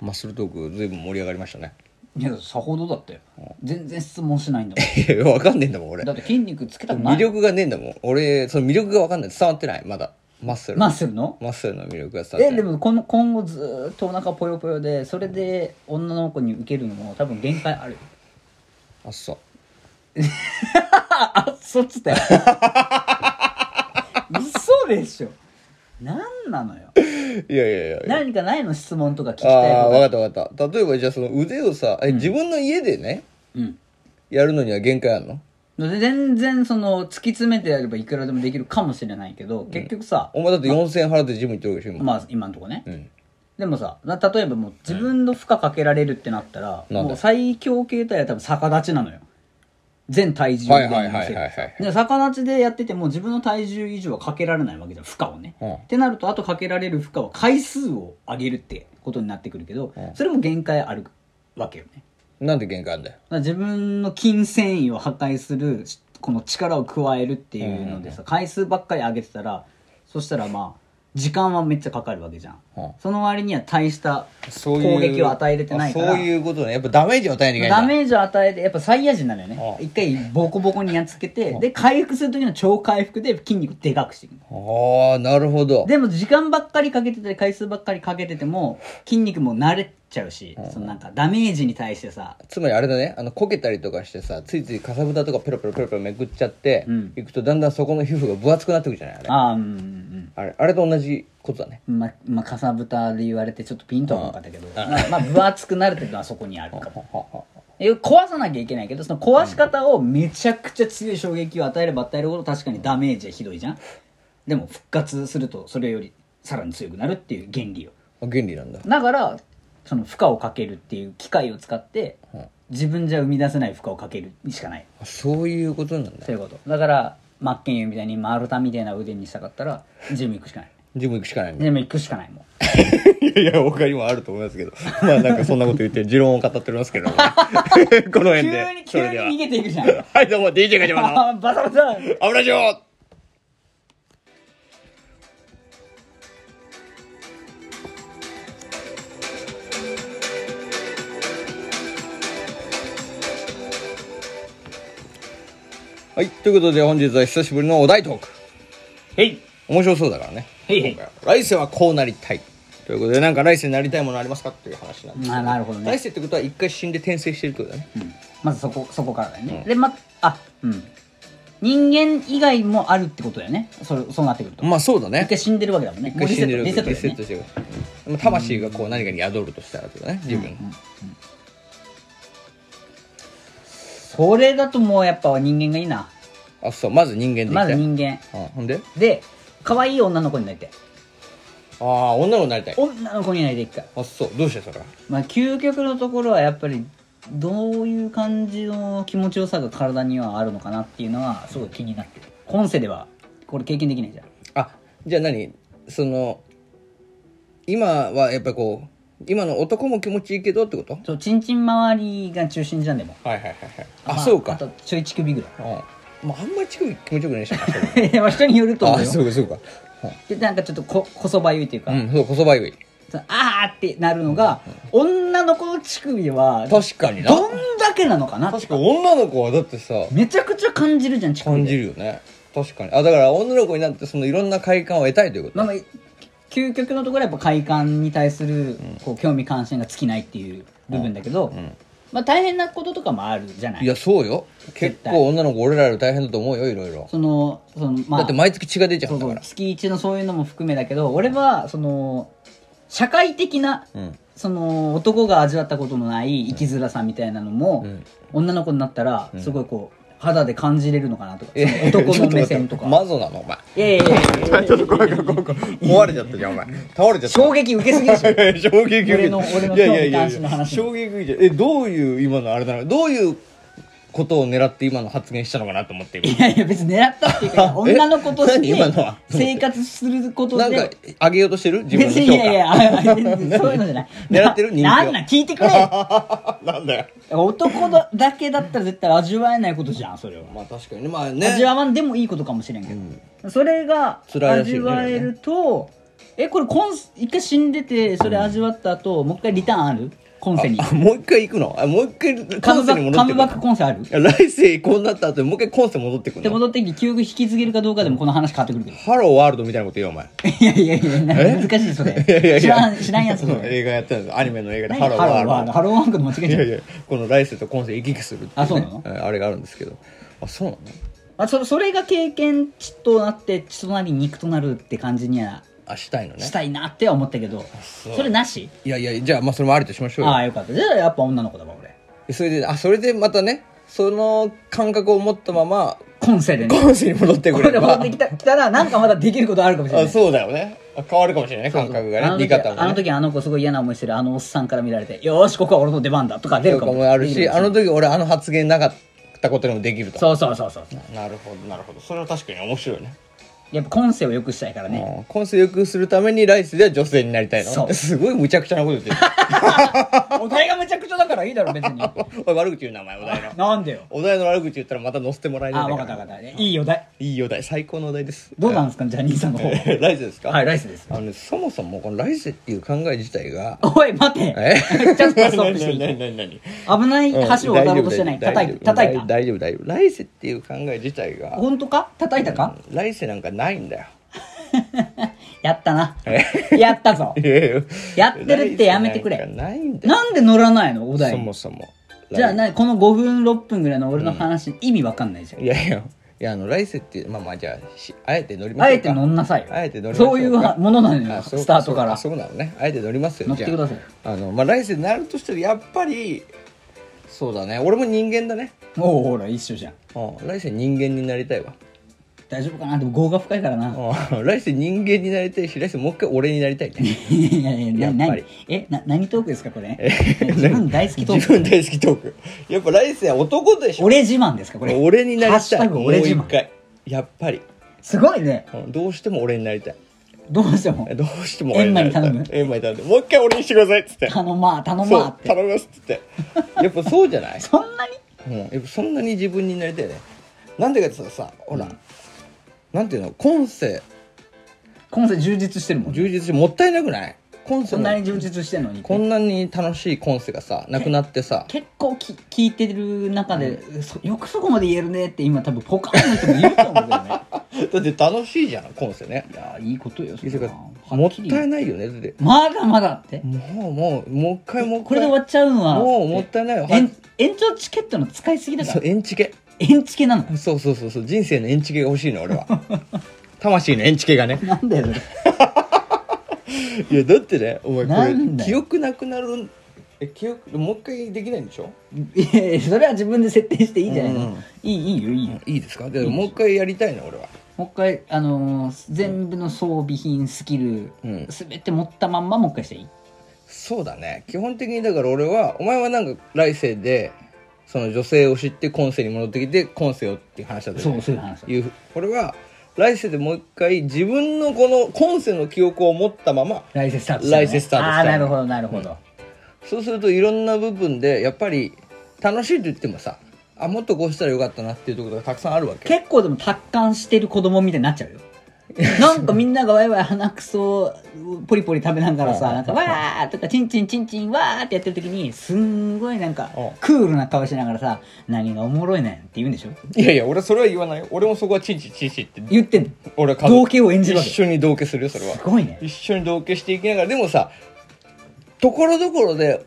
マッスルトークずいぶん盛り上がりましたね いやさほどだって全然質問しないんだもんいやわかんねえんだもん俺だって筋肉つけたくな魅い力がねえんだもん俺その魅力がわかんない伝わってないまだマッスルマッスルのマッスルの魅力が伝わってなえいでもこの今後ずーっとお腹ぽよぽよでそれで女の子に受けるのも多分限界 あるあそうあそっつったよ 嘘でしょなんなのよいやいやいや何かないの質問とか聞きあたいあこーとわかったわかった例えばじゃあその腕をさ、え自分の家でねうんやるのには限界あるの全然その突き詰めてやればいくらでもできるかもしれないけど結局さ、お前だって4000円払ってジム行ってるわけでしょ今、まあ今のとこね、んでもさな例えばもう自分の負荷かけられるってなったら、なんだもう最強形態は多分逆立ちなのよ全体重をはいはいはいはいはいで逆立ちでやってても自分の体重以上はかけられないわけじゃん負荷をね、うんってなるとあとかけられる負荷は回数を上げるってことになってくるけど、それも限界あるわけよねなんで限界あるんだよだから自分の筋繊維を破壊するしこの力を加えるっていうのでさ、回数ばっかり上げてたらそしたらまあ時間はめっちゃかかるわけじゃん、うんその割には大したそういう攻撃を与えれてないからあそういうことねやっぱダメージを与えなきゃいけないダんだメージを与えてやっぱサイヤ人なのよねうん一回ボコボコにやっつけてで回復する時の超回復で筋肉でかくしていくああなるほどでも時間ばっかりかけてて回数ばっかりかけてても筋肉も慣れちゃうしそのなんかダメージに対してさつまりあれだねあのこけたりとかしてさついついかさぶたとかペロペロペロペロめくっちゃって、うんいくとだんだんそこの皮膚が分厚くなってくるじゃないあれああうんうんうんあれあれと同じことだねま、まあ、かさぶたで言われてちょっとピンとはなかったけど、まあ、まあ、分厚くなるっていうのはそこにあるかも。ははえ壊さなきゃいけないけど、その壊し方をめちゃくちゃ強い衝撃を与えれば与えるほど確かにダメージはひどいじゃん。でも復活するとそれよりさらに強くなるっていう原理よ。あ原理なんだだから、その負荷をかけるっていう機械を使って、自分じゃ生み出せない負荷をかけるしかない。あそういうことなんだそういうこと。だから、マッケンユーみたいに丸太みたいな腕にしたかったら、ジム行くしかない。ジム行くしかないねジム行くしかないもん。 いやいや、他にもあると思いますけど。まあなんかそんなこと言って、持論を語っております けど、ね、この辺で。急に、そ急れにでは逃げていくじゃん。はい、どうも、DJ ガチャマの、あバサバサ油嬢はい、ということで本日は久しぶりのお題トーク。へい面白そうだからね。へいへい今回は来世はこうなりたい。ということで、なんか来世になりたいものありますかっていう話なんですけあなるほどね来世ってことは一回死んで転生してるってことだね。うんまずそこそこからだよね、でまあうん人間以外もあるってことだよねそれそうなってくると、まあそうだね一。回死んでるわけだもんね一回死んでるもうリセットリリセセッットトだよねしてるでも魂がこう何かに宿るとしたらってことね自分それだともうやっぱ人間がいいなあそうまず人間でいきまたずい人間うんほんでで可愛い女の子になりたいああ女の子になりたい女の子になりたい一回あそうどうしてそれはまあ究極のところはやっぱりどういう感じの気持ちよさが体にはあるのかなっていうのはすごい気になってる今世ではこれ経験できないじゃんあじゃあ何その今はやっぱりこう今の男も気持ちいいけどってことそうちんちん周りが中心じゃんでもはいはいはいはいあまそうかあとちょい乳首ぐらいうんまああんまり乳首気持ちよくな いでしょいやまあ人によると思うあよそうかそうかでなんかちょっとここそばゆいというか、うんそうこそばゆいそのあーってなるのが、女の子の乳首はどん確かになだけなのかな確か女の子はだってさめちゃくちゃ感じるじゃん乳首感じるよね確かにあだから女の子になってそのいろんな快感を得たいということまあまあ究極のところはやっぱ快感に対するこう興味関心が尽きないっていう部分だけど、まあ、大変なこととかもあるじゃないいやそうよ結対構女の子俺らより大変だと思うよいろいろそのそのまあだって毎月血が出ちゃうそんうだそかうら月一のそういうのも含めだけど俺はその社会的な、んその男が味わったことのない生きづらさみたいなのも、女の子になったらすごいこう肌で感じれるのかなとか、その男の目線とか。マゾなのお前いやいやいやいや壊れちゃったじゃんお前倒れちゃっ衝撃受けすぎで したょ衝撃受け俺の俺のいやいやい興味や関心の話衝撃受けちゃうえどういう今のあれだろうどういうことを狙って今の発言したのかなと思って今いやいや別に狙ったっていう か女の子とし何今のては生活することなんかで上げようとしてる自分の別評にいやいやあそういうのじゃない狙ってる人気をななんなん聞いてくれ価 なんだよ男だだけだったら絶対味わえないことじゃんそれは、まあ確かにねまあ味ねわわんでもいいことかもしれんけど、それが辛いらしい味よねわえると、えこれ今世一回死んでてそれ味わった後、もう一回リターンある今世にあもう一回行くのあもう一回 カ関ム西バッにク戻カっムてバックく今世あるる来世こうなった後にもう一回今世戻ってくでるの戻ってきて記憶引き継げるかどうかでもこの話変わってく るけどハローワールドみたいなこと言うよお前いやいやいや難しいそれ いやいやいや知らん知らんやつそれ映画やってたんですアニメの映画で何ハローハローワワーールドハローワークの間違ドえいちゃやういやこの来世と今世行き来するっていあそうなのえあれがあるんですけどあそうなのあそそれが経験血となって血となり肉となるって感じにはあしたいのねしたいなっては思ったけどそうそれなしいやいやじゃあまあそれもありとしましょうよああよかったじゃあやっぱ女の子だわ俺それであそれでまたねその感覚を持ったまま今世でね今世に戻って こくれれでば戻ってきた来たらなんかまだできることあるかもしれあないそうだよねあ変わるかもしれない感覚あがのね時見方もねあの時あの子すごい嫌な思いしてるあのおっさんから見られてよーしここは俺の出番だとか出とるかかももあるできしあの時俺あの発言なかったことでもできるとそうそうそうそうなるほどなるほどそれは確かに面白いねやっぱ今世を良くしたいから ねああ今世よくするために来世では女性になりたいそのうすごい無茶苦茶なこと言 ってるお題がむちゃくちゃだからいいだろ別におい悪口言う名前お題のなんでよお題の悪口言ったらまた載せてもらえるんだあ分かからった分かったいいお題いいお題最高のお題です どうなんですかジャニーさんの方は来世ですかいライスですあのねそもそもこの来世っていう考え自体 がおい待てえちょっとストップしていい 何何何危ない何橋を渡 ろうとしてない大叩丈い夫た叩いた大丈夫大丈夫来世っていう考え自体が本当か叩いたか来世なんかないんだよ やったなやったぞやってるってやめてくれ来世なんかないんだよなんで乗らないのお題そにもそもじゃあなこの5分6分ぐらいの俺の話、意味わかんないじゃんいやいやいやあの来世ってまあまあじゃあしあえて乗りましょうかあえて乗んなさいよあえて乗りましょうかそういうはものなのよあそうスタートからそうそうなのねあえて乗りますよ乗ってくださいじゃああのまあ来世になるとしたらやっぱりそうだね俺も人間だねおおほら一緒じゃんうん来世人間になりたいわ大丈夫かなでも業が深いからなうん来世人間になりたいし来世もう一回俺になりたいねいやいやいややっなぱ何りえな何トークですかこれ 自分大好きトー自ク分大好きトークやっぱ来世は男でしょ俺自慢ですかこれ俺になハりッシュたタいもグう俺自一慢回やっぱりすごいねうんどうしても俺になりたいどうしてもどうしても俺になりたい閻魔にエンマに頼んでもう一回俺にしてくださいっつって頼まあ頼そまあうって頼みますっつってやっぱそうじゃない そんなにうん、やっぱそんなに自分になりたいねなんでかって言ったらさほら、なんていうの今世今世充実してるもんね充実してもったいなくない今世そのんなに充実してるのにこんなに楽しい今世がさなくなって さ結構き聞いてる中で、そよくそこまで言えるねって今多分ポカーンの人もいると思うんだよねだって楽しいじゃん今世ねいやいいことよそれだかはらもはっきりたいないよねだってまだまだってもうもうもう一回もう一回これで終わっちゃうのはもうもったいないよえん延長チケットの使いすぎだかそうらエンチケ延チケなのそうそうそうそう人生のエンチケが欲しいの俺は 魂のエンチケがねなんだよそれいやだってねお前こなんだれよ記憶なくなるえ記憶もう一回できないんでしょいやいやそれは自分で設定していいじゃないの、うんいいいいよいいよ、いいですかでもう一回やりたいな俺はもう一回あのー全部の装備品スキル、うんすべ全て持ったまんまもう一回していいそうだね基本的にだから俺はお前はなんか来世でその女性を知って今世に戻ってきて今世をっていう話だったじゃんそうそういう話だいう俺は来世でもう一回自分のこの今世の記憶を持ったまま来世スタートしたのね来世スタートしたのああなるほどなるほど、そうするといろんな部分でやっぱり楽しいと言ってもさあもっとこうしたらよかったなっていうところがたくさんあるわけ結構でも達観してる子供みたいになっちゃうよなんかみんながワイワイ鼻くそポリポリ食べながらさなんかわーとかチンチンチンチンわーってやってる時にすんごいなんかうんクールな顔しながらさ何がおもろいねんって言うんでしょいやいや俺それは言わないよ俺もそこはチンチンチンチンって言ってんの俺は家族同型を演じるわけ一緒に同居するよそれはすごいね一緒に同居していきながらでもさところどころで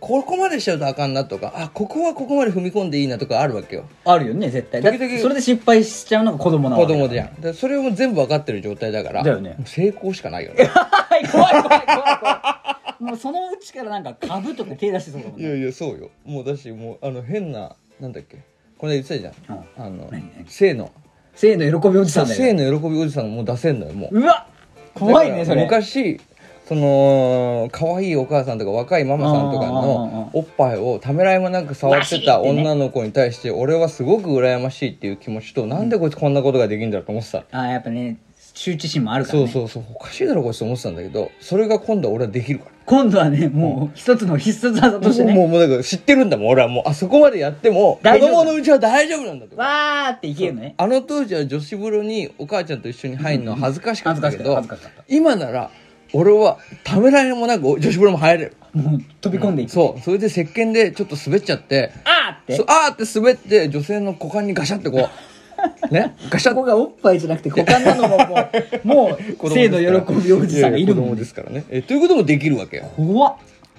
ここまでしちゃうとあかんなとかあここはここまで踏み込んでいいなとかあるわけよあるよね絶対だっ時て々それで失敗しちゃうのが子供な子わけだ供じゃんでそれを全部分かってる状態だからだよねもう成功しかないよね怖い怖い怖い怖い怖いもうそのうちからなんか株とか手出してそうだもんいねやいやそうよもうだしもうあの変ななんだっけこれ言ってたじゃん、あの何何性の性の喜びおじさんだよ性ねの喜びおじさんもう出せんのよもううわ怖いねそれだから昔その可愛いお母さんとか若いママさんとかうんうんうんうんのおっぱいをためらいもなく触ってたわしってね女の子に対して俺はすごく羨ましいっていう気持ちとなんでこいつこんなことができるんだろうと思ってたのあーやっぱね羞恥心もあるからそねうそうそうおかしいだろこいつと思ってたんだけどそれが今度は俺はできるか今度はねもう一つの必殺技らとしてねもうもうだから知ってるんだもん俺はもうあそこまでやっても子大丈夫供のうちは大丈夫なんだとわーっていけるのねあの当時は女子風呂にお母ちゃんと一緒に入るのは恥ずかしかったけど、うんうん恥ずかしかった恥ずかしか今なら俺はためらいもなく女子風呂も入れるもう飛び込んでいく、そうそれで石鹸でちょっと滑っちゃってあーってそうあーって滑って女性の股間にガシャってこ うねガシャそこがおっぱいじゃなくて股間なのももう もう性の喜びおじさんがいるやや子も供んですからねえということもできるわけよ怖っ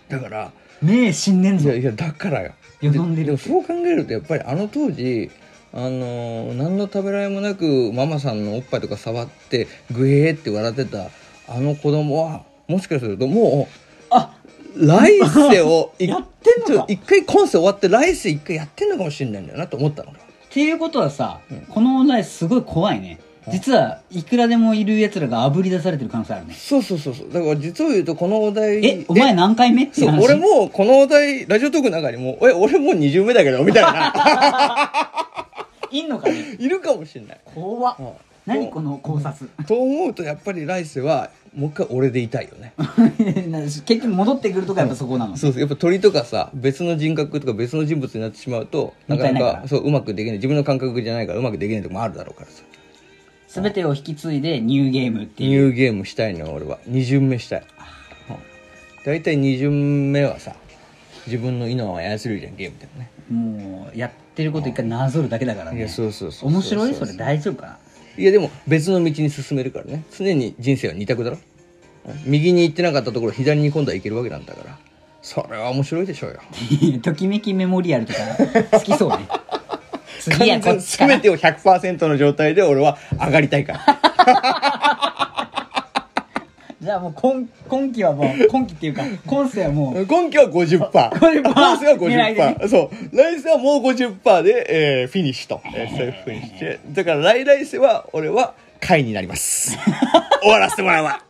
だから目死んでんいぞやいやだからよいや飲んでるでもそう考えるとやっぱりあの当時あのー何のためらいもなくママさんのおっぱいとか触ってグエーって笑ってたあの子供はもしかするともあう来世をいやってんのかちょっと一回今世終わって来世一回やってんのかもしれないんだよなと思ったのっていうことはさ、この問題すごい怖いね実はいくらでもいるやつらがあぶり出されてる可能性あるねそうそうそうそうだから実を言うとこのお題えお前何回目っていそうう話俺もこのお題ラジオトークの中にも「え俺もう20目だけど」みたいな いんのかねいるかもしれない。怖っうん何この考察と思うとやっぱり来世はもう一回俺でいたいよね 結局戻ってくるとかやっぱそこなのそうそうやっぱ鳥とかさ別の人格とか別の人物になってしまうとなかもったいなないかからそううまくできない自分の感覚じゃないからうまくできないとこもあるだろうからさ全てを引き継いでニューゲームってニいうューゲームしたいのよ俺は2巡目したいうん大体2巡目はさ自分の意のを操るじゃんゲームでもねもうやってること一回なぞるだけだからいねやそうそうそう面白いうそうれ大丈夫か ないやでも別の道に進めるからね常に人生は二択だろうん右に行ってなかったところ左に今度は行けるわけなんだからそれは面白いでしょうよときめきメモリアルとか好きそう ね次はこっち完全かな全てを100%の状態で俺は上がりたい から。じゃあもう今 今期はもう今期っていうか今世はもう今期は50%。 50%今世は狙いで50%。そう。来世はもう50%で、えーフィニッシュと。えー、そういうふう にして。だから来来世は俺は会になります。終わらせてもらうわ。